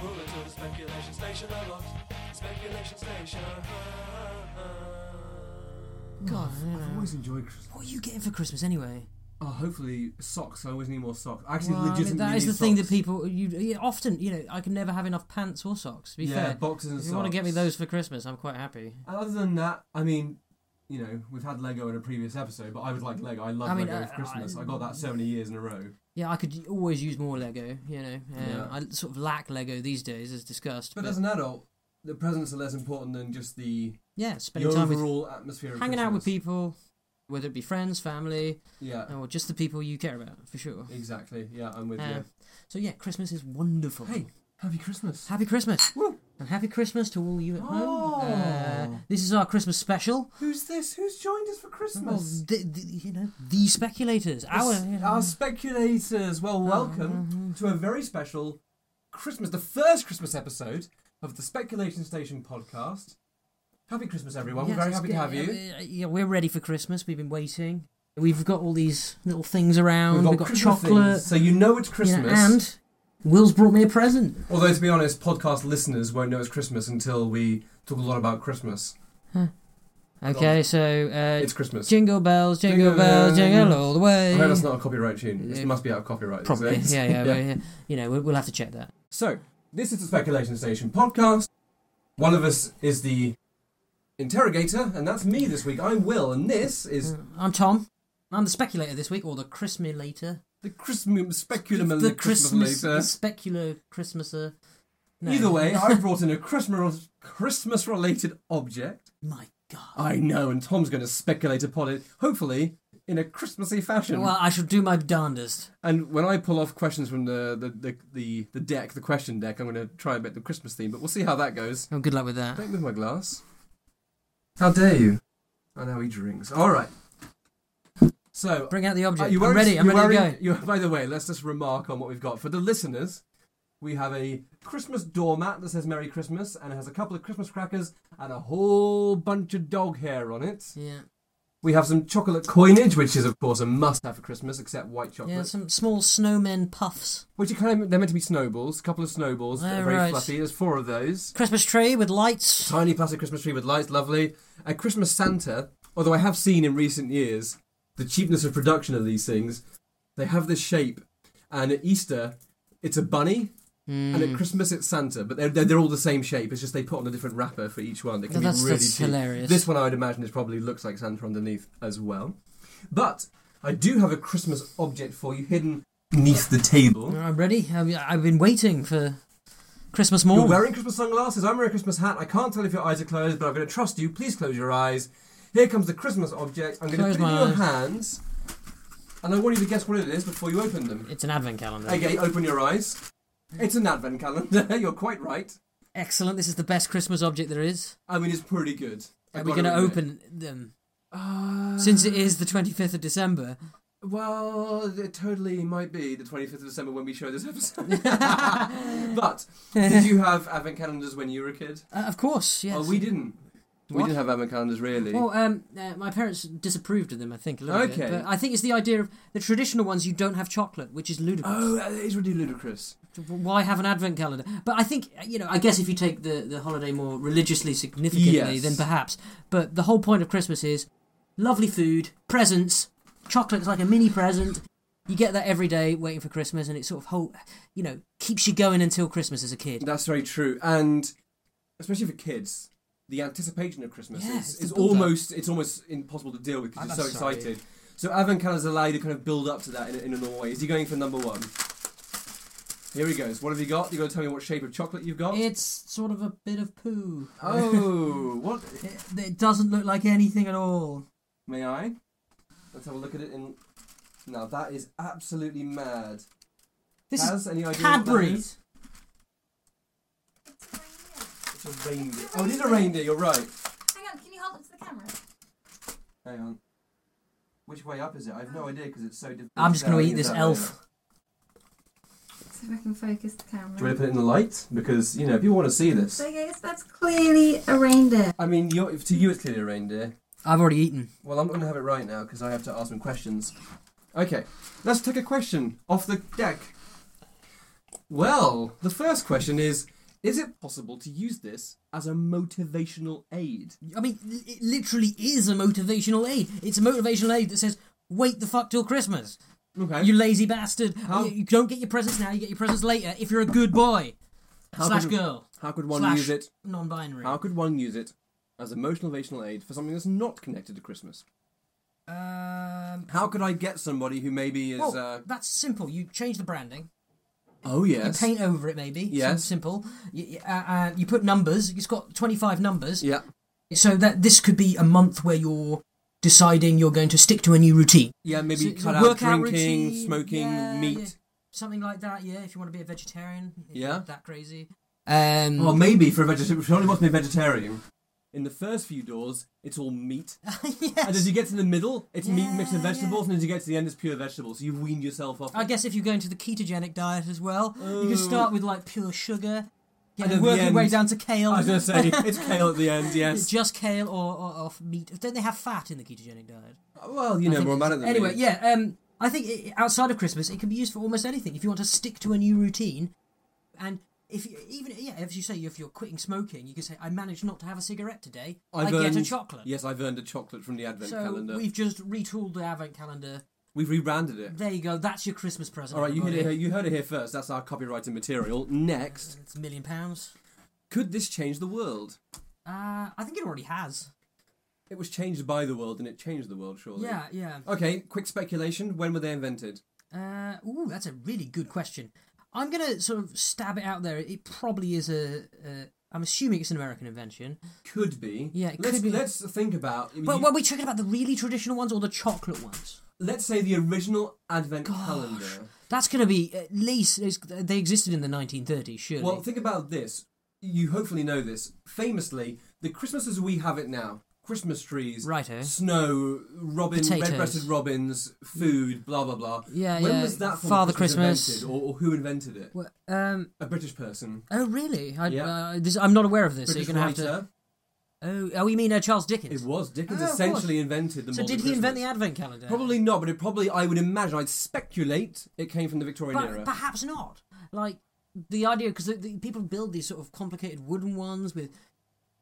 pull it to the speculation station. I locked speculation station. uh-huh. God, I've always enjoyed Christmas. what are you getting for Christmas anyway? Oh, hopefully socks. I always need more socks. I Actually, Well, I mean, legitimately, that need is the thing that socks. people you, yeah, often you know I can never have enough pants or socks. To be Yeah, fair, boxes and if you want to get me socks. those for Christmas, I'm quite happy. And other than that, I mean, you know, we've had Lego in a previous episode, but I would like Lego. I love I mean, Lego uh, for Christmas. I- I, got that so many years in a row. Yeah, I could always use more Lego. You know, um, Yeah. I sort of lack Lego these days, as discussed. But as an adult, the presents are less important than just the, yeah, the spending time with overall atmosphere. Of hanging out with Christmas. people, whether it be friends, family, Yeah, or just the people you care about, for sure. exactly. Yeah, I'm with Um, so yeah, Christmas is wonderful. you. Hey, happy Christmas! Happy Christmas! Woo. And happy Christmas to all you at home. Uh, Oh. this is our Christmas special. Who's this? Who's joined us for Well, Christmas? the, the, you know, the speculators. Our, Oh, Um, S- our speculators. Well, mm-hmm. welcome to a very special Christmas, the first Christmas episode of the Speculation Station podcast. Happy Christmas, everyone! Yes, We're very it's happy to good. have you. Yeah, we- yeah, we're ready for Christmas. We've been waiting. We've got all these little things around. We've got, Christmas chocolate. things, so you know it's you know, Christmas. and Will's brought me a present. Although, to be honest, podcast listeners won't know it's Christmas until we talk a lot about Christmas. Okay, so uh, It's Christmas. jingle bells, jingle, Jingle bells, jingle bells. all the I way. hope that's not a copyright tune. Yeah. It must be out of copyright. Probably, so- yeah, yeah, yeah. You know, we'll, we'll have to check that. So, this is the Speculation Station podcast. One of us is the interrogator, and that's me this week. I'm Will, and this is Uh, I'm Tom. I'm the speculator this week, or the Christmulator. the Christmas Speculum and The Christmas, the later. specular Christmaser. No. Either way, I brought in a Christmas Christmas related object. my God. I know, and Tom's going to speculate upon it, hopefully in a Christmassy fashion. Well, I shall do my darndest. And when I pull off questions from the the, the, the, the deck, the question deck, I'm going to try and make the Christmas theme, but we'll see how that goes. Oh, good luck with that. Don't move my glass. How dare you? I know he drinks. All right. So, Bring out the uh, object. you I'm wearing- ready. I'm you ready wearing- to go. you- by the way, let's just remark on what we've got. For the listeners, we have a Christmas doormat that says Merry Christmas and it has a couple of Christmas crackers and a whole bunch of dog hair on it. Yeah, We have some chocolate coinage, which is, of course, a must have for Christmas, except white chocolate. yeah. Some small snowmen puffs. Which are kind of, they're meant to be snowballs, a couple of snowballs, that Oh, are very right. fluffy. There's four of those. Christmas tree with lights. Tiny plastic Christmas tree with lights, lovely. A Christmas Santa, although I have seen in recent years the cheapness of production of these things, they have this shape. And at Easter, it's a bunny, Hmm. and Mm. at Christmas, it's Santa. But they're, they're, they're all the same shape, it's just they put on a different wrapper for each one. It can Well, be that's really that's cheap. hilarious. This one I would imagine is probably looks like Santa underneath as well. But I do have a Christmas object for you hidden neath the table. I'm ready. I've, I've been waiting for Christmas You're morning. wearing Christmas sunglasses. I'm wearing a Christmas hat. I can't tell if your eyes are closed, but I'm going to trust you. Please close your eyes. Here comes the Christmas object. I'm going Close to put it in my your eyes. hands, and I want you to guess what it is before you open them. It's an advent calendar. Okay, open your eyes. It's an advent calendar. You're quite right. Excellent. This is the best Christmas object there is. I mean, it's pretty good. Are I've we gotta going to admit. open them? Uh, Since it is the 25th of December. Well, it totally might be the 25th of December when we show this episode. but did you have advent calendars when you were a kid? Uh, of course, yes. Oh, we didn't. We What? didn't have advent calendars, really. Well, um, uh, my parents disapproved of them, I think, a little bit. Okay. But I think it's the idea of the traditional ones, you don't have chocolate, which is ludicrous. Oh, that is really ludicrous. Why have an advent calendar? But I think, uh, you know, I guess if you take the, the holiday more religiously significantly, Yes. then perhaps. But the whole point of Christmas is lovely food, presents, chocolate's like a mini present. You get that every day waiting for Christmas, and it sort of whole, you know, keeps you going until Christmas as a kid. That's very true, and especially for kids, the anticipation of Christmas Yeah, it's is, the is build-up. almost it's almost impossible to deal with I'm because you're so sorry. excited. So advent calendars allow you to kind of build up to that in, a- in a normal way. Is he going for number one? Here he goes. What have you got? You got to tell me what shape of chocolate you've got. It's sort of a bit of poo. oh, what? It, it doesn't look like anything at all. May I? Let's have a look at it. In now that is absolutely mad. This is Has any idea what that Cadbury. is? It's a reindeer. Oh, it is a reindeer. You're right. Hang on, can you hold it to the camera? Hang on. Which way up is it? I have no idea because it's so difficult. I'm just tell gonna eat if this that elf. way. See if I can focus the Do you camera. want to put it in the light? Because, you know, people want to see this. Okay, so that's clearly a reindeer. I mean, you're, to you it's clearly a reindeer. I've already eaten. Well, I'm not going to have it right now because I have to ask some questions. Okay, let's take a question off the deck. Well, the first question is Is it possible to use this as a motivational aid? I mean, li- it literally is a motivational aid. It's a motivational aid that says, "Wait the fuck till Christmas, Okay. you lazy bastard. How- You, you don't get your presents now. You get your presents later if you're a good boy slash could- girl How could one slash use it? non-binary." How could one use it as a motivational aid for something that's not connected to Christmas? Um, How could I get somebody who maybe is. well, uh, that's simple. You change the branding. oh, yes. You paint over it, maybe. Some Yes. Simple. You, you- uh, uh, you put numbers. It's got 25 numbers. Yeah. So that this could be a month where you're deciding you're going to stick to a new routine. Yeah, maybe So- cut so out workout drinking, routine, smoking, yeah, meat. Something like that, yeah, if you want to be a vegetarian. if Yeah. you're not That crazy. Um, Well, maybe for a vegetarian. Surely must be a vegetarian. In the first few doors, it's all meat. And as yes. you get to the middle, it's meat mixed with Yeah, vegetables, and as you get to the end, it's pure vegetables. So you've weaned yourself off. I guess if you're going to the ketogenic diet as well, you can start with like pure sugar, yeah, And at the work your way end- down to kale. I was going to say, it's kale at the end, It's yes. just kale or, or, or meat. Don't they have fat in the ketogenic diet? Well, you know think- more about it than anyway, me. yeah. Um, I think i outside of Christmas, it can be used for almost anything. If you want to stick to a new routine, and if you, even yeah, if you say if you're quitting smoking, you can say I managed not to have a cigarette today. i I've get a earned- chocolate. Yes, I've earned a chocolate from the advent so calendar. We've, we've just retooled the advent calendar. rebranded it. There you go. That's your Christmas present. All right, you heard, it, everybody. here- you heard it here first. That's our copyrighted material. Next, It's a million pounds. could this change the world? Uh, I think it already has. It was changed by the world, and it changed the world, surely. Yeah, yeah. Okay, quick speculation. When were they invented? Uh, ooh, that's a really good question. I'm gonna sort of stab it out there. It probably is a. a I'm assuming it's an American invention. Could be. Yeah, it let's, could be. Let's think about. But were we talking about the really traditional ones or the chocolate ones? let's say the original advent calendar. That's going to be at least it's, they existed in the 1930s, surely. Well, think about this. You hopefully know this. Famously, the Christmas as we have it now Christmas trees, Righto. snow, robin, Potatoes. red breasted robins, food, blah, blah, blah. Yeah, when yeah. was that form of Father Christmas. Invented, or, or who invented it? Well, um, A British person. oh, really? I, Yeah. uh, this, I'm not aware of this. British so you're going to writer. have to. Oh, oh, you mean uh, Charles Dickens? It was. Dickens Oh, of essentially invented the so, modern did he invent the Christmas. advent calendar? Probably not, but it probably, I would imagine, I'd speculate it came from the Victorian But era. perhaps not. Like the idea, because the, the people build these sort of complicated wooden ones with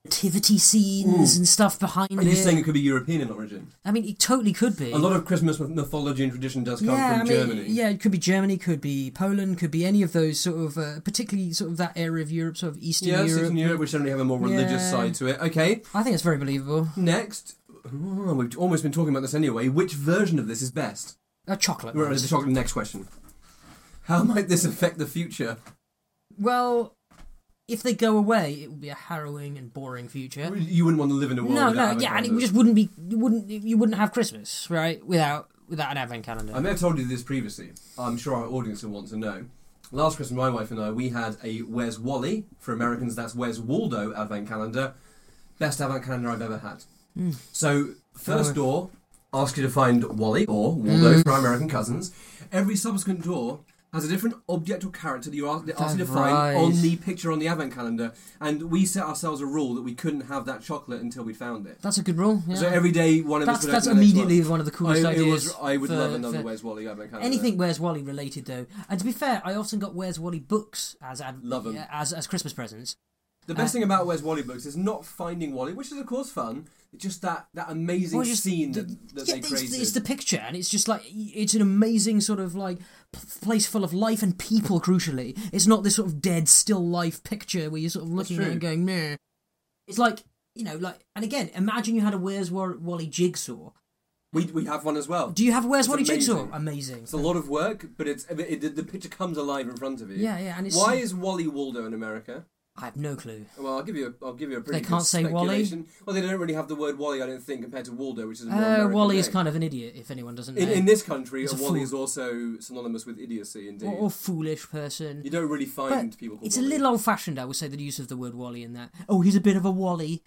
nativity scenes and stuff behind Are it. you saying it could be European in origin? I mean, it totally could be. A lot of Christmas mythology and tradition does come from Germany. Yeah, it could be Germany, could be Poland, could be any of those sort of, uh, particularly sort of that area of Europe, sort of Eastern Yeah, Europe. Eastern Europe, which certainly have a more religious Yeah. side to it. Okay, I think it's very believable. next. Oh, we've almost been talking about this anyway. Which version of this is best? A chocolate. We're ones. the chocolate next question. How might this affect the future? well, if they go away, it would be a harrowing and boring future. You wouldn't want to live in a world. No, without no, advent yeah, and it calendars. just wouldn't be. You wouldn't. You wouldn't have Christmas right without without an advent calendar. I may have told you this previously. I'm sure our audience will want to know. Last Christmas, my wife and I, we had a Where's Wally? For Americans, that's Where's Waldo advent calendar. Best advent calendar I've ever had. Hmm. So, first Oh. door asks you to find Wally or Waldo Hmm. for our American cousins. Every subsequent door has a different object or character that you ask, that asks you to That's find right. on the picture on the advent calendar. And we set ourselves a rule that we couldn't have that chocolate until we found it. that's a good rule. Yeah. So every day, one of that's us would that's open the next one. immediately one. of the coolest I, it ideas. was, I would for- love another for- Where's Wally advent calendar. Anything Where's Wally related though, and to be fair, I often got Where's Wally books as ad- Love 'em. yeah, as as Christmas presents. The best Uh, thing about Where's Wally books is not finding Wally, which is of course fun. It's just that that amazing Well, just scene the- that, that yeah, they it's, created. it's the picture, and it's just like it's an amazing sort of like p- place full of life and people. Crucially, it's not this sort of dead still life picture where you're sort of looking at it true. and going, "Meh." It's like you know, like, and again, imagine you had a Where's Wa- Wally jigsaw. we, we have one as well. Do you have a Where's It's Wally jigsaw? amazing. Amazing. It's a lot of work, but it's it, it, the picture comes alive in front of you. Yeah, yeah, and it's- why is Wally Waldo in America? I have no clue. Well, I'll give you a, I'll give you a pretty They good can't say Wally? speculation. Well, they don't really have the word Wally, I don't think, compared to Waldo, which is a more Uh, American Wally is name. kind of an idiot. If anyone doesn't know, in, in this country, He's a a Wally fool. is also synonymous with idiocy. Indeed, or, or foolish person. you don't really find people. Called it's a Wally. little old fashioned, I would say, the use of the word Wally in that. Oh, he's a bit of a Wally.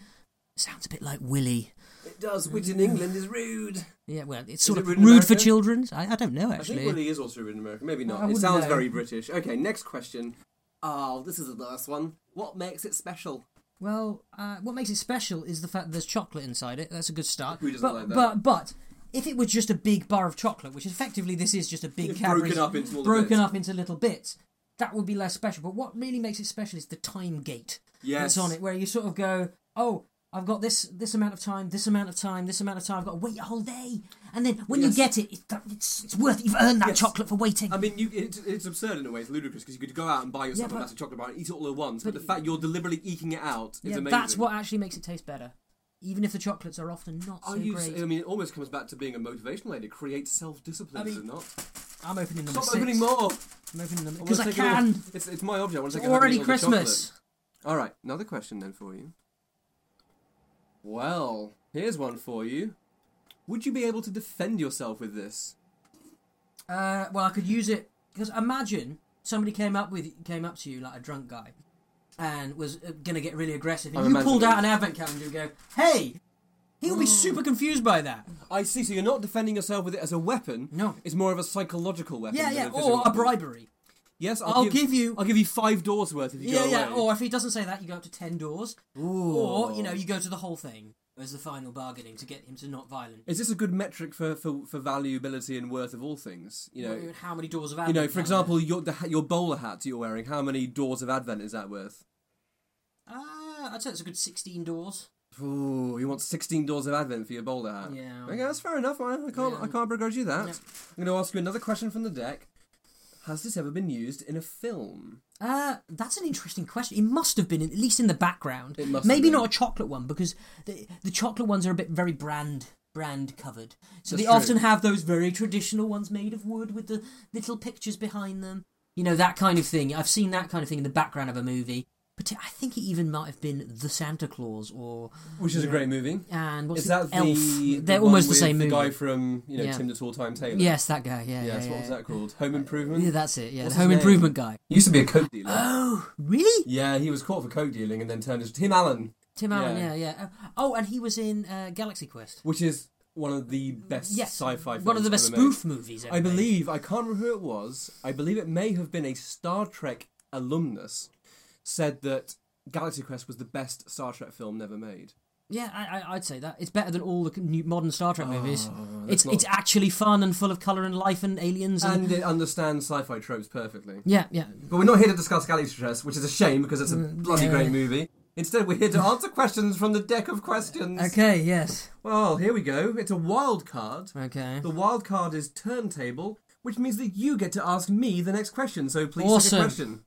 Sounds a bit like Willy. It does, which in England is rude. Yeah, well, it's sort it of rude rude, in for America? children. I, I don't know, I think actually. Willie is also in America. Maybe I not. It wouldn't sounds know. very British. Okay, next question. Oh, this is the last one. What makes it special? Well, uh, what makes it special is the fact that there's chocolate inside it. That's a good start. Who doesn't but, like that? But, but if it were just a big bar of chocolate, which effectively this is just a big It's Cadbury's broken up into little broken bits. up into little bits, that would be less special. But what really makes it special is the time gate Yes. that's on it, where you sort of go, oh. I've got this this amount of time, this amount of time, this amount of time. I've got to wait a whole day, and then when Yes. you get it, it it's, it's worth it. You've earned that Yes. chocolate for waiting. I mean, you, it's it's absurd in a way. It's ludicrous because you could go out and buy yourself Yeah, a but- massive chocolate bar and eat it all at once. But, but- the fact you're deliberately eking it out is yeah, amazing. that's what actually makes it taste better, even if the chocolates are often not Are so you? great. I mean, it almost comes back to being a motivational aid. It creates self-discipline, I does mean- it not? I'm opening number Stop six. opening more. I'm opening number wanna because I take another- can. It's, it's my object. I want to It's take another already eat all the chocolate. Christmas. All right, another question then for you. Well, here's one for you. Would you be able to defend yourself with this? Uh, well, I could use it because imagine somebody came up with came up to you like a drunk guy, and was uh, gonna get really aggressive, and I'm you pulled imagining. out an advent calendar and go, "Hey." He'll be super confused by that. I see. So you're not defending yourself with it as a weapon. No. it's more of a psychological weapon. Yeah, than yeah, a physical or a weapon. bribery. Yes, I'll, I'll give you- I'll give you five doors worth if you Yeah, go yeah. away. Or if he doesn't say that, you go up to ten doors, Ooh. or you know, you go to the whole thing as the final bargaining to get him to not violent. Is this a good metric for, for, for valuability and worth of all things? You know, How many doors of you advent? know. For calendar? example, your the, ha- your bowler hat you're wearing. How many doors of Advent is that worth? Uh, I'd say it's a good sixteen doors. Ooh, you want 16 doors of Advent for your bowler hat. Yeah. Okay, that's fair enough. I, I can't. Yeah. I can't begrudge you that. No. I'm going to ask you another question from the deck. Has this ever been used in a film? Uh, that's an interesting question. It must have been, at least in the background. It must have Maybe been. not a chocolate one because the the chocolate ones are a bit very brand brand covered. So That's they true. often have those very traditional ones made of wood with the little pictures behind them. You know that kind of thing. I've seen that kind of thing in the background of a movie. But I think it even might have been The Santa Claus or Which is a great movie. and what's Is the that the, Elf? the They're one almost the with same the movie. guy from you know Yeah. Tim the Tall Time Taylor? Yes, that guy. Yeah, Yes. yeah, what yeah, was that called? Home Improvement. yeah, that's it. Yeah, What's the his Home name? Improvement guy. He used to be a coke dealer. Oh, really? Yeah, he was caught for coke dealing and then turned into Tim Allen, Tim Allen. Yeah. Yeah, yeah. Oh, and he was in uh, Galaxy Quest. which is one of the best yes, sci-fi. one of films the best ever made. spoof movies. Ever I made. believe I can't remember who it was. I believe it may have been a Star Trek alumnus said that Galaxy Quest was the best Star Trek film never made. Yeah, I, I, I'd say that it's better than all the new modern Star Trek movies. Oh, that's It's not- it's actually fun and full of color and life and aliens and, And it understands sci-fi tropes perfectly. yeah, yeah. But we're not here to discuss Galaxy Quest, which is a shame because it's a bloody Mm, yeah. great movie. Instead, we're here to answer questions from the deck of questions. Okay, yes, Well, here we go. It's a wild card. okay. The wild card is turntable, which means that you get to ask me the next question. So please Awesome. take a question.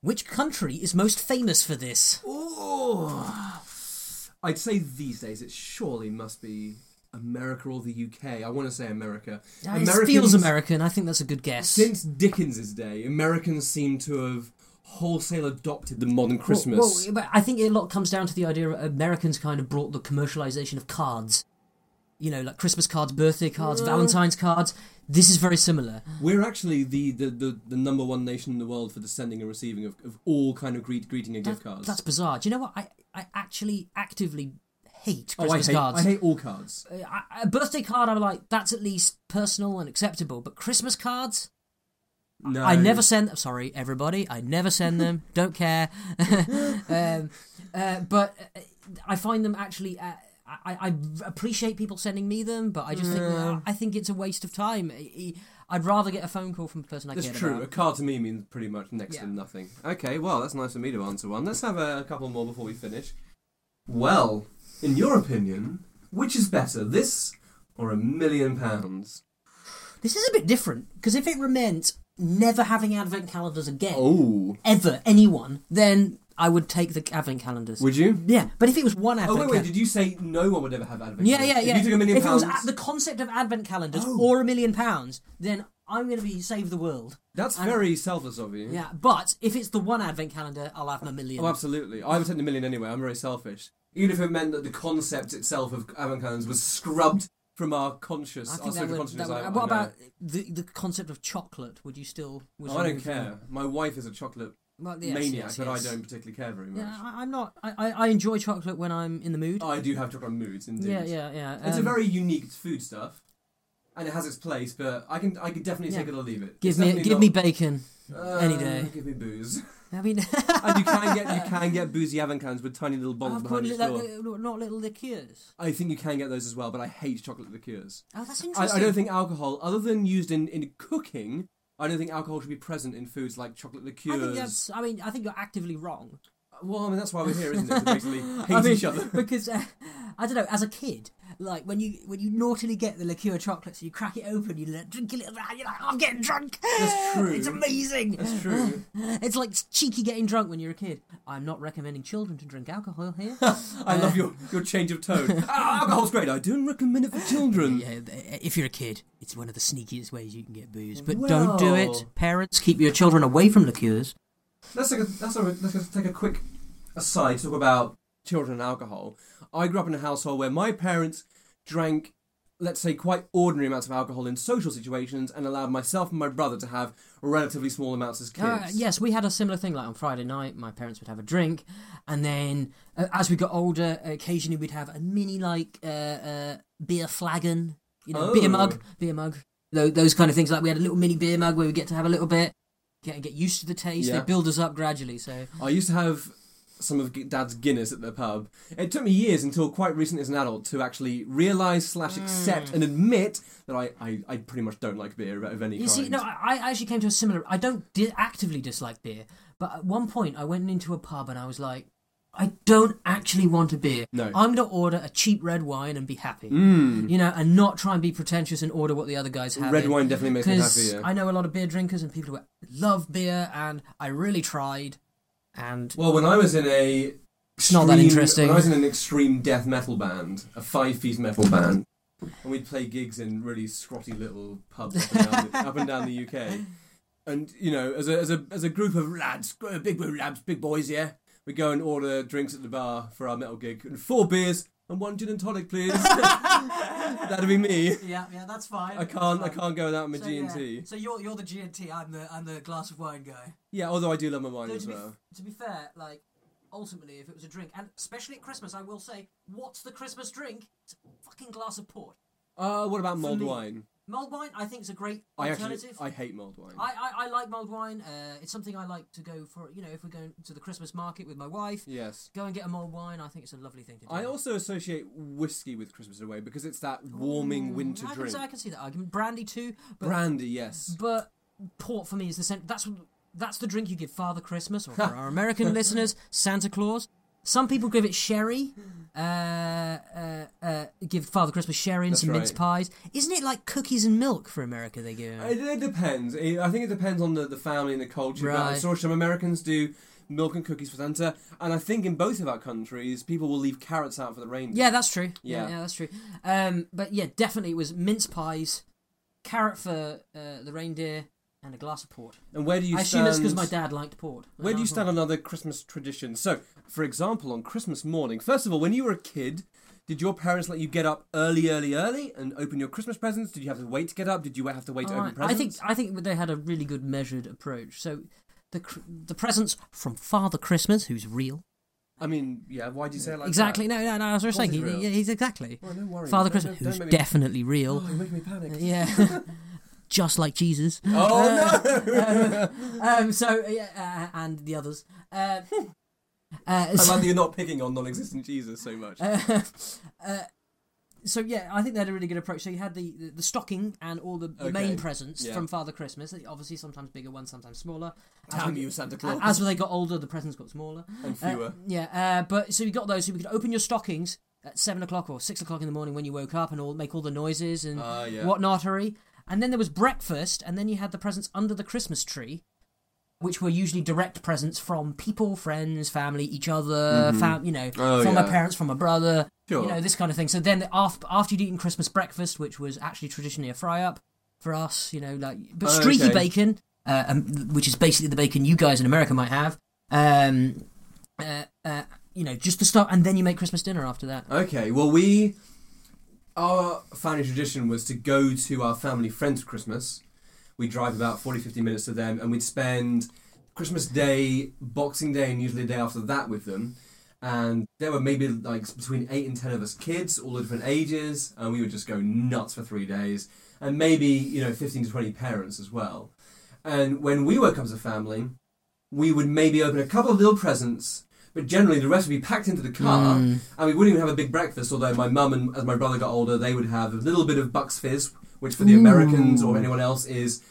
Which country is most famous for this? Oh, I'd say these days it surely must be America or the UK. I want to say America. Ah, It feels American. I think that's a good guess. Since Dickens's day, Americans seem to have wholesale adopted the modern Well- Christmas. well, but I think a lot comes down to the idea of Americans kind of brought the commercialization of cards. You know, like Christmas cards, birthday cards, Valentine's cards. This is very similar. We're actually the, the, the, the number one nation in the world for the sending and receiving of, of all kind of greet, greeting and gift cards. That's bizarre. Do you know what? I, I actually actively hate oh, I Christmas hate, cards. Uh, I hate all cards. I, a birthday card, I'm like, that's at least personal and acceptable. But Christmas cards, No, I never send. I'm sorry, everybody, I never send them. Don't care. um, uh, but uh, I find them actually. Uh, I, I appreciate people sending me them, but I just Yeah. think uh, I think it's a waste of time. I- I'd rather get a phone call from the person I That's care true. A about. card to me means pretty much next to Yeah. nothing. Okay, well, that's nice of me to answer one. Let's have a, a couple more before we finish. Well, in your opinion, which is better, this or a million pounds? This is a bit different because if it meant never having advent calendars again, Oh, ever anyone, then I would take the advent calendars. would you? yeah, but if it was one Oh advent wait, wait. calendar, Did you say no one would ever have advent? yeah, calendars? yeah, yeah. If you took a million if pounds, it was at the concept of advent calendars Oh. or a million pounds, then I'm going to be save the world. that's and- very selfless of you. Yeah, but if it's the one advent calendar, I'll have my million. Oh, absolutely. I would take the million anyway. I'm very selfish. Even if it meant that the concept itself of advent calendars was scrubbed from our conscious, I our think that social would, consciousness. that would- I- What I know. about the the concept of chocolate? Would you still? Would Oh, you I don't would- care. My wife is a chocolate uh, Well, yes, maniac, yes, but yes. I don't particularly care very much. Yeah, I, I'm not. I, I I enjoy chocolate when I'm in the mood. I do have chocolate moods, indeed. yeah, yeah, yeah. It's a um, very unique foodstuff, and it has its place, but I can I can definitely Yeah. take it or leave it. give It's me definitely give me bacon. not- Uh, any day. Give me booze. I mean, and you can get you can get boozy avant cans with tiny little bottles I've behind called your it like, door. little- not little liqueurs. I think you can get those as well, but I hate chocolate liqueurs. Oh, that's I, interesting. I don't think alcohol, other than used in, in cooking, I don't think alcohol should be present in foods like chocolate I liqueurs. think that's. I mean, I think you're actively wrong. Well, I mean, that's why we're here, isn't it? To basically hate I mean, each other. because uh, I don't know. As a kid, like when you when you naughtily get the liqueur chocolates, you crack it open, you like, drink a little, bit, you're like, "Oh, I'm getting drunk. That's true. It's amazing. That's true. It's like cheeky getting drunk when you're a kid. I'm not recommending children to drink alcohol here. I love your, your change of tone. Ah, alcohol's great. I don't recommend it for children. Yeah, th- if you're a kid, it's one of the sneakiest ways you can get booze. But don't do Well. it. Parents, keep your children away from liqueurs. Let's take a, let's, have a- let's just take a quick aside to talk about children and alcohol. I grew up in a household where my parents drank, let's say, quite ordinary amounts of alcohol in social situations and allowed myself and my brother to have relatively small amounts as kids. Uh, yes, we had a similar thing. Like on Friday night, my parents would have a drink, and then uh, as we got older, occasionally we'd have a mini like uh, uh, beer flagon, you know, beer Oh. mug, beer mug, those, those kind of things. Like we had a little mini beer mug where we get to have a little bit, get get used to the taste. Yeah. They build us up gradually. So I used to have some of G- Dad's Guinness at the pub. It took me years until quite recent as an adult to actually realise slash accept Mm. and admit that I, I, I pretty much don't like beer of any You kind. see, no, I I actually came to a similar. I don't di- actively dislike beer, but at one point I went into a pub and I was like, I don't actually want a beer. No. Mm. I'm gonna order a cheap red wine and be happy. You know, and not try and be pretentious and order what the other guys have. Red wine definitely makes me Because happier. I know a lot of beer drinkers and people who love beer, and I really tried, and Well, when I was in a It's not that extreme- interesting. When I was in an extreme death metal band, a five piece metal band, and we'd play gigs in really scrotty little pubs up and down the, up and down the UK. And you know, as a as a as a group of lads, uh, big boy lads, big boys, yeah, we go and order drinks at the bar for our metal gig, and four beers and one gin and tonic, please. That'd be me. yeah, yeah, that's fine. I can't I can't go without my G and T. So you're you're the G and T. I'm the I'm the glass of wine guy. Yeah, although I do love my wine Though as to, be, well. to be fair, like ultimately, if it was a drink, and especially at Christmas, I will say, what's the Christmas drink? It's a fucking glass of port. Uh, what about mulled me. wine? Mulled wine, I think, is a great I actually alternative. I hate mulled wine. I, I, I like mulled wine. Uh, it's something I like to go for. You know, if we're going to the Christmas market with my wife, yes. go and get a mulled wine. I think it's a lovely thing to do. I also associate whiskey with Christmas in a way because it's that warming winter I can, drink. see- I can see that argument. Brandy too, but Brandy, yes. but port for me is the cent- that's that's the drink you give Father Christmas, or for our American listeners, Santa Claus. Some people give it sherry. Uh, uh, uh, give Father Christmas sherry and That's some mince right. pies. Isn't it like cookies and milk for America? They give. It, it depends. It- I think it depends on the, the family and the culture. But I Right. saw some Americans do milk and cookies for Santa, and I think in both of our countries, people will leave carrots out for the reindeer. yeah, that's true. Yeah. yeah, that's true. Um, but yeah, definitely it was mince pies, carrot for uh, the reindeer, and a glass of port. And where do you I assume stand? that's because my dad liked port. Where do you Uh-huh. stand on other Christmas traditions? So, for example, on Christmas morning, first of all, when you were a kid, did your parents let you get up early, early, early and open your Christmas presents? Did you have to wait to get up? Did you have to wait to open Alright, Oh, I presents? think I think they had a really good measured approach. So the cr- the presents from Father Christmas, who's real, I mean, yeah. Why do you say it like exactly. That? No, no, no. I was just Of course saying, he's real. he, he's exactly Well, don't worry. Father Don't- Christmas, don't- who's don't make me- definitely real. Oh, you make me panic. yeah, just like Jesus. Oh no! Um, so yeah, uh, and the others. Uh, uh, I like that you're not picking on non-existent Jesus so much. uh, uh, so yeah, I think they had a really good approach. So you had the the, the stocking and all the, the Okay. main presents Yeah. from Father Christmas. Obviously, sometimes bigger ones, sometimes smaller. As Damn we- you, Santa Claus! And as they got older, the presents got smaller. and Uh, fewer. yeah, uh, but so you got those. So we could open your stockings at seven o'clock or six o'clock in the morning when you woke up, and all make all the noises and Ah, yeah. whatnotery. And then there was breakfast, and then you had the presents under the Christmas tree, which were usually direct presents from people, friends, family, each other, fam- you know, Oh, from my yeah. parents, from my brother, Sure. you know, this kind of thing. So then after after you'd eaten Christmas breakfast, which was actually traditionally a fry up for us, you know, like but Oh, streaky okay. bacon, uh, um, which is basically the bacon you guys in America might have. Um, uh, uh, you know, just the stuff, and then you make Christmas dinner after that. Okay. Well, we our family tradition was to go to our family friends for Christmas. We drive about 40, 50 minutes to them, and we'd spend Christmas Day, Boxing Day, and usually the day after that with them. And there were maybe like between eight and ten of us kids, all different ages, and we would just go nuts for three days, and maybe you know fifteen to twenty parents as well. And when we woke up as a family, we would maybe open a couple of little presents, but generally the rest would be packed into the car, and we wouldn't even have a big breakfast. Although my mum and as my brother got older, they would have a little bit of Bucks Fizz, which for the Americans or anyone else is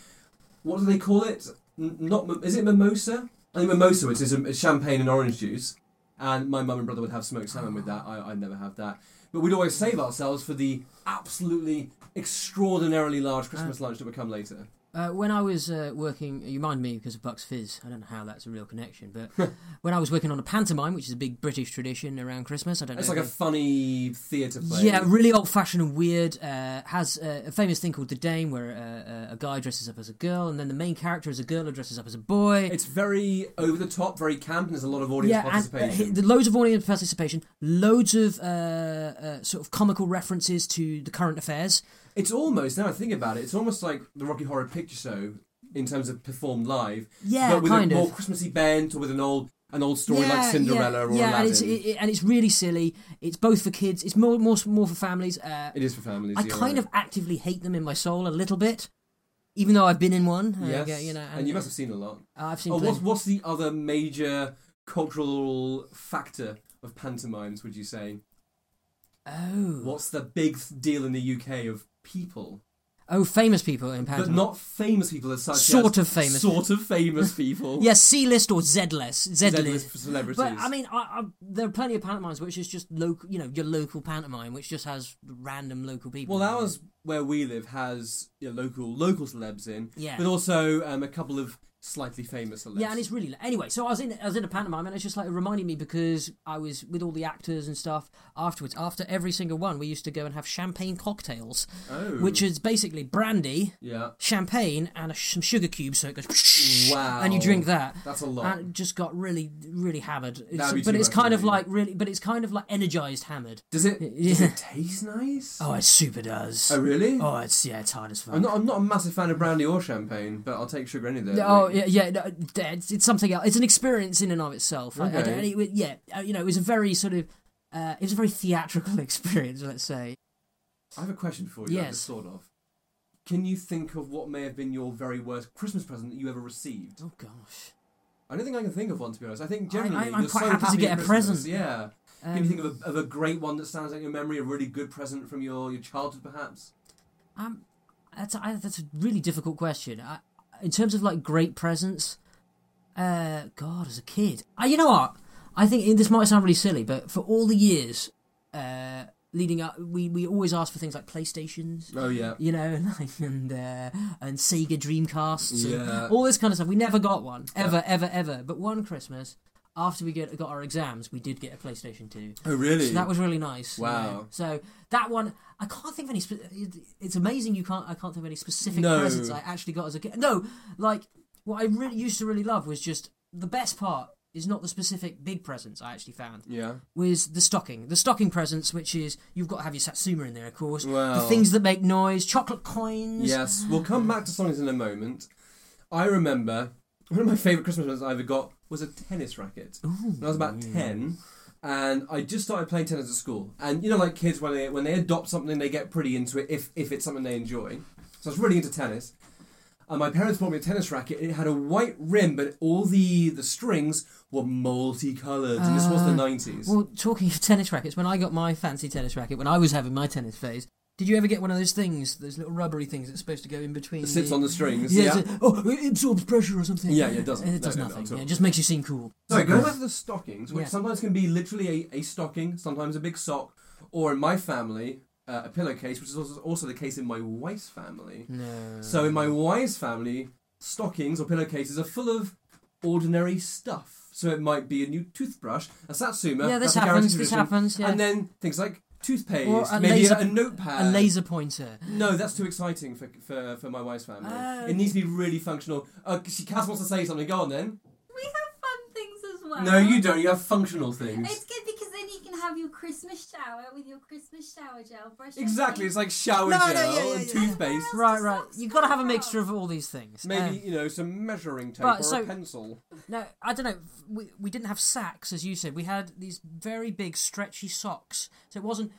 what do they call it? N- not mim- is it mimosa? I think mimosa, which is a, a champagne and orange juice. And my mum and brother would have smoked salmon with that. I, I'd never have that. But we'd always save ourselves for the absolutely extraordinarily large Christmas lunch that would come later. Uh, when I was uh, working, you mind me because of Bucks Fizz. I don't know how that's a real connection, but when I was working on a pantomime, which is a big British tradition around Christmas, I don't It's know. like a if- funny theatre play. yeah, really old-fashioned and weird. Uh, has uh, a famous thing called the Dame, where uh, uh, a guy dresses up as a girl, and then the main character is a girl who dresses up as a boy. It's very over the top, very camp, and there's a lot of audience and, uh, participation. he- the loads of audience participation, loads of uh, uh, sort of comical references to the current affairs. It's almost now I think about it, it's almost like the Rocky Horror Picture Show in terms of performed live, Yeah, but with kind a of. more Christmassy bent or with an old an old story Yeah, like Cinderella yeah, or yeah, Aladdin. and it's it, it- and it's really silly. It's both for kids. It's more more more for families. Uh, it is for families. I yeah, kind right. of actively hate them in my soul a little bit, even though I've been in one. uh, yes, yeah, you know, and, you must have seen a lot. uh, I've seen. Oh, what's plenty. what's the other major cultural factor of pantomimes? Would you say Oh, what's the big deal in the UK of people? oh, famous people in But pantomime. not famous people as such. Sort as of famous. Sort of famous people. Yes, C list or Z list. Z Zedless list. celebrities. But I mean, I, I, there are plenty of pantomimes which is just local, you know, your local pantomime, which just has random local people. well, ours where we live has you know, local local celebs in, Yeah. but also um, a couple of slightly famous celebs. Yeah, and it's really li- anyway. So I was in I was in a pantomime, and it's just like it reminded me because I was with all the actors and stuff afterwards. After every single one, we used to go and have champagne cocktails, oh, which is basically brandy, yeah, champagne, and a, some sugar cubes. So it goes, Wow. and you drink that. that's a lot. And it just got really, really hammered. It's- be but too it's much kind for of me. like really, but it's kind of like energized hammered. does it? Does Yeah. it taste nice? Oh, it super does. Oh, really? Oh, it's yeah, it's hard as fuck. I'm not. I'm not a massive fan of brandy or champagne, but I'll take sugar any day. Oh yeah, yeah. No, it's, it's something else. It's an experience in and of itself. Like, I Okay. don't- it was- yeah, uh, you know, it was a very sort of, uh, it was a very theatrical experience. Let's say. I have a question for you. Yes. Yes. sort of. Can you think of what may have been your very worst Christmas present that you ever received? Oh gosh. I don't think I can think of one to be honest. I think I- generally I'm you're quite so happy to at get a Christmas, present. Yeah. Um, Can you think of a, of a great one that stands out in your memory? A really good present from your, your childhood, perhaps? um, that's I, that's a really difficult question. I, in terms of like great presents, uh, God, as a kid, uh, you know what? I think this might sound really silly, but for all the years, uh, leading up, we we always asked for things like PlayStations. Oh, yeah. you know, like, and uh, and Sega Dreamcasts, and Yeah. Oh, all this kind of stuff. We never got one, ever, ever, ever. But one Christmas, after we get, got our exams, we did get a PlayStation Two. Oh, really? So that was really nice. you know. Wow. So that one, I can't think of any. Spe- it- it's amazing you can't. I can't think of any specific No. presents I actually got as a kid. No, like what I really used to really love was just the best part is not the specific big presents I actually found Yeah. was the stocking. The stocking presents, which is you've got to have your satsuma in there, of course. the Well. things that make noise, chocolate coins. Yes. We'll come back to songs in a moment. I remember one of my favourite Christmas presents I ever got was a tennis racket. When I was about 10, and I just started playing tennis at school. And you know, like kids, when they, when they adopt something, they get pretty into it if, if it's something they enjoy. So I was really into tennis. And my parents bought me a tennis racket. It had a white rim, but all the, the strings were multicoloured. and this was the 90s. Well, talking of tennis rackets, when I got my fancy tennis racket, when I was having my tennis phase, did you ever get one of those things, those little rubbery things that's supposed to go in between? It sits on the strings. Yeah, Yeah. it's a- oh, it absorbs pressure or something. Yeah, yeah, it doesn't. It No, does no, no, nothing. at all. yeah, it just makes you seem cool. Sorry, going back to the stockings, which Yeah. sometimes can be literally a, a stocking, sometimes a big sock, or in my family, uh, a pillowcase, which is also, also the case in my wife's family. No. So, in my wife's family, stockings or pillowcases are full of ordinary stuff. So, it might be a new toothbrush, a satsuma, yeah, this that's a garage happens. This tradition, happens. Yeah. and then things like toothpaste, Or a maybe laser- a, a notepad. a laser pointer. No, that's too exciting for, for, for my wife's family. Oh. It needs to be really functional. Uh, she Kaz wants to say something. Go on then. We have fun things as well. No, you don't. You have functional things. It's good because then you can have your Christmas shower with your Christmas shower gel brush. your Exactly, teeth. it's like shower No, no, gel yeah, yeah, and yeah. toothpaste. Well, Right, just right. socks You've got to have a as well. mixture of all these things. Maybe Um, you know some measuring tape Right, or so- a pencil. No, I don't know. We, we didn't have sacks, as you said. We had these very big, stretchy socks. So it wasn't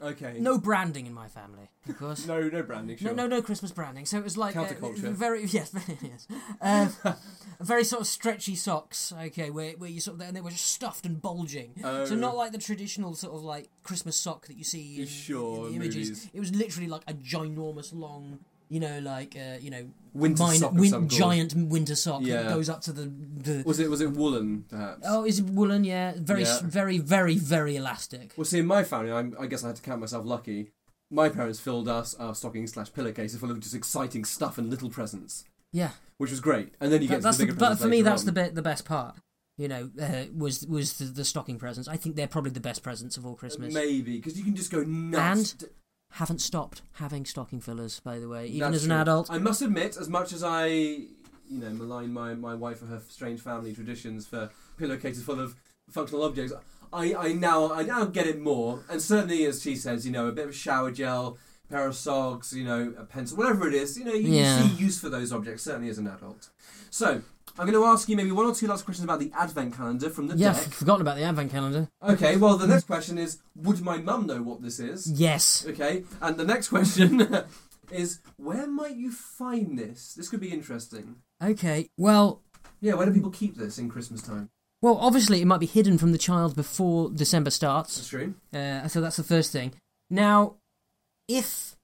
Okay. no branding in my family, of course. no, no branding. Sure. No, no, no Christmas branding. So it was like uh, Counterculture. very yes, yes, uh, very sort of stretchy socks. Okay, where where you sort of and they were just stuffed and bulging. So Oh. not like the traditional sort of like Christmas sock that you see in, Sure, in the images. movies. It was literally like a ginormous long. you know, like uh, you know, Winter mine- sock of win- some sort. giant winter sock Yeah. that goes up to the the. Was it was it woolen perhaps? Oh, is it woolen? Yeah, very, s Yeah. very, very, very elastic. Well, see, in my family, I'm, I guess I had to count myself lucky. My parents filled us our stockings slash pillowcases full of just exciting stuff and little presents, Yeah, which was great. And then you That- get that's to the the, bigger but presents for me, later that's on. the bit, the best part. You know, uh, was was the, the stocking presents. I think they're probably the best presents Uh, of all Christmas. Maybe because you can just go nuts. D- Haven't stopped having stocking fillers, by the way, even That's as an true. adult. I must admit, as much as I, you know, malign my, my wife for her strange family traditions for pillowcases full of functional objects, I, I now I now get it more. And certainly, as she says, you know, a bit of shower gel, pair of socks, you know, a pencil, whatever it is, you know, you you Yeah. see use for those objects certainly as an adult. So. I'm going to ask you maybe one or two last questions about the advent calendar from the yeah, deck. f- forgotten about the advent calendar. Okay, well, the next question is Would my mum know what this is? Yes. Okay, and the next question is where might you find this? This could be interesting. Okay. Well, Yeah, where do people keep this in Christmas time? well, obviously it might be hidden from the child before December starts. That's true. Uh, so that's the first thing. Now, if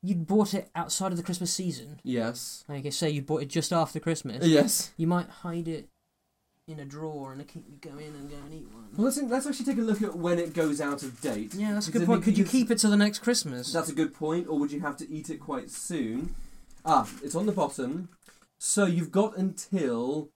you'd bought it outside of the Christmas season, Yes. like I say, you bought it just after Christmas, Yes. you might hide it in a drawer and keep you go in and go and eat one. Well, let's, let's actually take a look at when it goes out of date. Yeah, that's a Because good if point. Could you use- keep it to the next Christmas? That's a good point, or would you have to eat it quite soon? Ah, it's on the bottom. So you've got until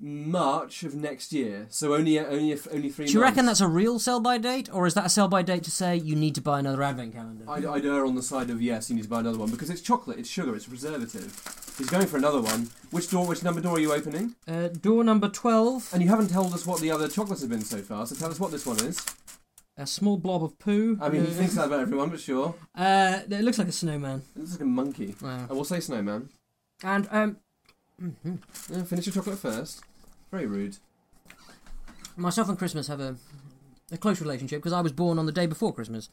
March of next year. So only only only three. Do you reckon months. that's a real sell by date, or is that a sell by date to say you need to buy another advent calendar? I'd, I'd err on the side of yes, you need to buy another one because it's chocolate, it's sugar, it's a preservative. He's going for another one. Which door, which number door are you opening? Uh, door number 12, And you haven't told us what the other chocolates have been so far, so tell us what this one is. a small blob of poo. I mean, uh, he thinks that about everyone, but sure. uh, it looks like a snowman. It looks like a monkey. Wow. I will say snowman. And, um, mhm. Yeah, finish your chocolate first. Very rude. myself and Christmas have a, a close relationship because I was born on the day before Christmas,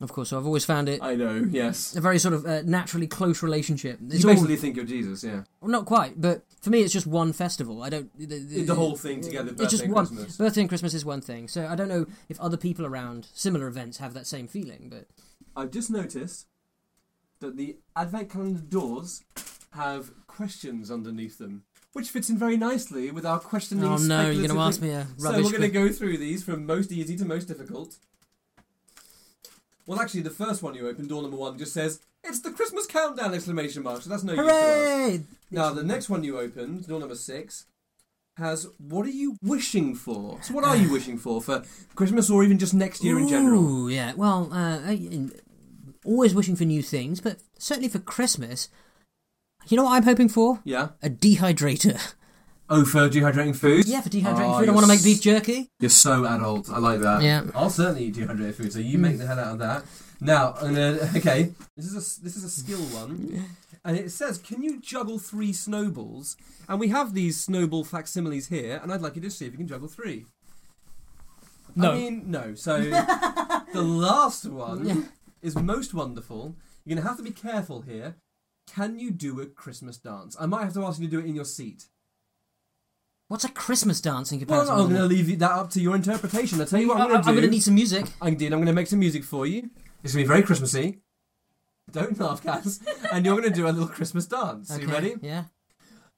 of course, so I've always found it I know, yes. a very sort of uh, naturally close relationship. It's you all- basically think you're Jesus, yeah. Well, not quite, but for me, it's just one festival. I don't the, The whole thing together, It's just birthday and one Christmas. birthday and Christmas is one thing. So I don't know if other people around similar events have that same feeling. But I've just noticed that the advent calendar doors have questions underneath them, which fits in very nicely with our questioning. oh no, you're speculative- going to ask me a So rubbish. we're going to go through these from most easy to most difficult. Well, actually, the first one you open, door number one, just says it's the Christmas countdown! Exclamation mark. So that's no use to us. Hooray! Now, the next one you opened, door number six, has what are you wishing for? So, what are you wishing for for Christmas or even just next year in general? Ooh, yeah. Well, uh, I, in- always wishing for new things, but certainly for Christmas, you know what I'm hoping for? Yeah. A dehydrator. Oh, for dehydrating food. yeah, for dehydrating Oh, food, I you're want to make beef s- jerky. You're so adult. I like that. Yeah. I'll certainly eat dehydrated food. So you make the hell out of that. Now, I'm gonna- okay, this is a this is a skill one, and it says, "Can you juggle three snowballs?" And we have these snowball facsimiles here, and I'd like you to see if you can juggle three. No. I mean, no. So the last one is most wonderful. You're gonna have to be careful here. Can you do a Christmas dance? I might have to ask you to do it in your seat. What's a Christmas dance in Well, comparison? I'm with gonna leave you- that up to your interpretation. I tell you what, I'm I- gonna I'm do. going to need some music. Indeed, I'm going to make some music for you. It's going to be very Christmassy. Don't laugh, Cass. and you're going to do a little Christmas dance. Are You Okay, ready? Yeah.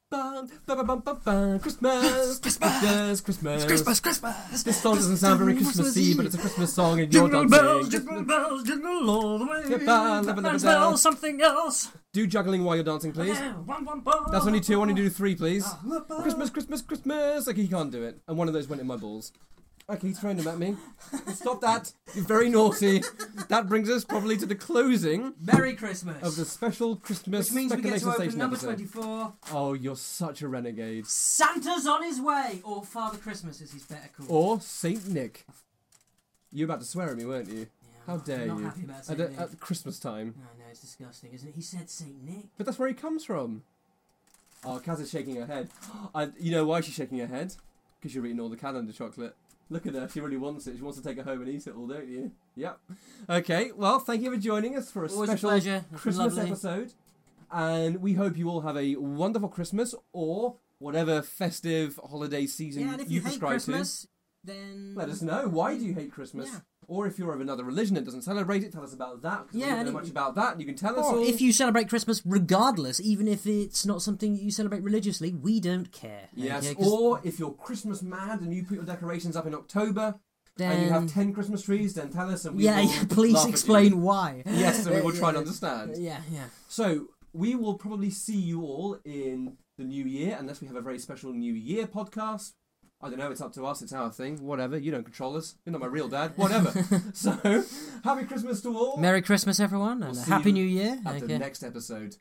Bum, bum, bum, bum, bum, bum. Christmas, Christmas, Christmas. Christmas. Uh, This song doesn't sound very Christmassy, but it's a Christmas song and you're jingle bells, dancing. jingle bells, jingle all the way. Goodbye, love and Might as love. well something else. Do juggling while you're dancing, please. That's That's only two. I want to do three, please. Christmas, Christmas, Christmas. Okay, he can't do it. And one of those went in my balls. Okay, he's throwing them at me. Stop that. You're very naughty. That brings us probably to the closing Merry Christmas. of the special Christmas Which means we get to Speculation open Station number episode. twenty-four. Oh, you're such a renegade. Santa's on his way, or Father Christmas, as he's better called. Or Saint Nick. You were about to swear at me, weren't you? Yeah, How I'm not- dare not you? happy about At, Saint at, Nick. Christmas time. No, no, it's disgusting, isn't it? He said Saint Nick. But that's where he comes from. Oh, Kaz is shaking her head. I, you know why she's shaking her head? Because you're eating all the calendar chocolate. Look at her, she really wants it. She wants to take it home and eat it all, don't you? Yep. Okay, well, thank you for joining us for a Always a special pleasure. It's been Christmas lovely. episode. And we hope you all have a wonderful Christmas or whatever festive holiday season Yeah, and if you, hate prescribe to. Christmas, then Let us know. Why do you hate Christmas? Yeah. Or if you're of another religion and doesn't celebrate it, tell us about that. 'cause Yeah, we don't and know it- much about that. And you can tell us. Or all. if you celebrate Christmas, regardless, even if it's not something you celebrate religiously, we don't care. Yes, Okay, 'cause or if uh, you're Christmas mad and you put your decorations up in October and you then- have 10 Christmas trees, then tell us and we yeah, will yeah, please laugh at you. explain why. Yes, and we will try and Yeah. understand. Yeah, yeah. So, we will probably see you all in the new year, unless we have a very special New Year podcast. I don't know, it's up to us, it's our thing, whatever. You don't control us. You're not my real dad, whatever. so, happy Christmas to all. Merry Christmas, everyone, and We'll a see Happy you New Year. at the Okay. next episode.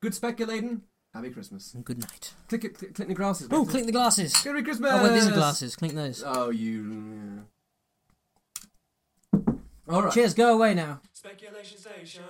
Good speculating. Happy Christmas. And good night. Click it, click, click the grasses. Oh, Victor. clink the glasses. Merry Christmas. Oh, wait, these are glasses. Clink those. Oh, you. Yeah. All right. Cheers, go away now. Speculation Station.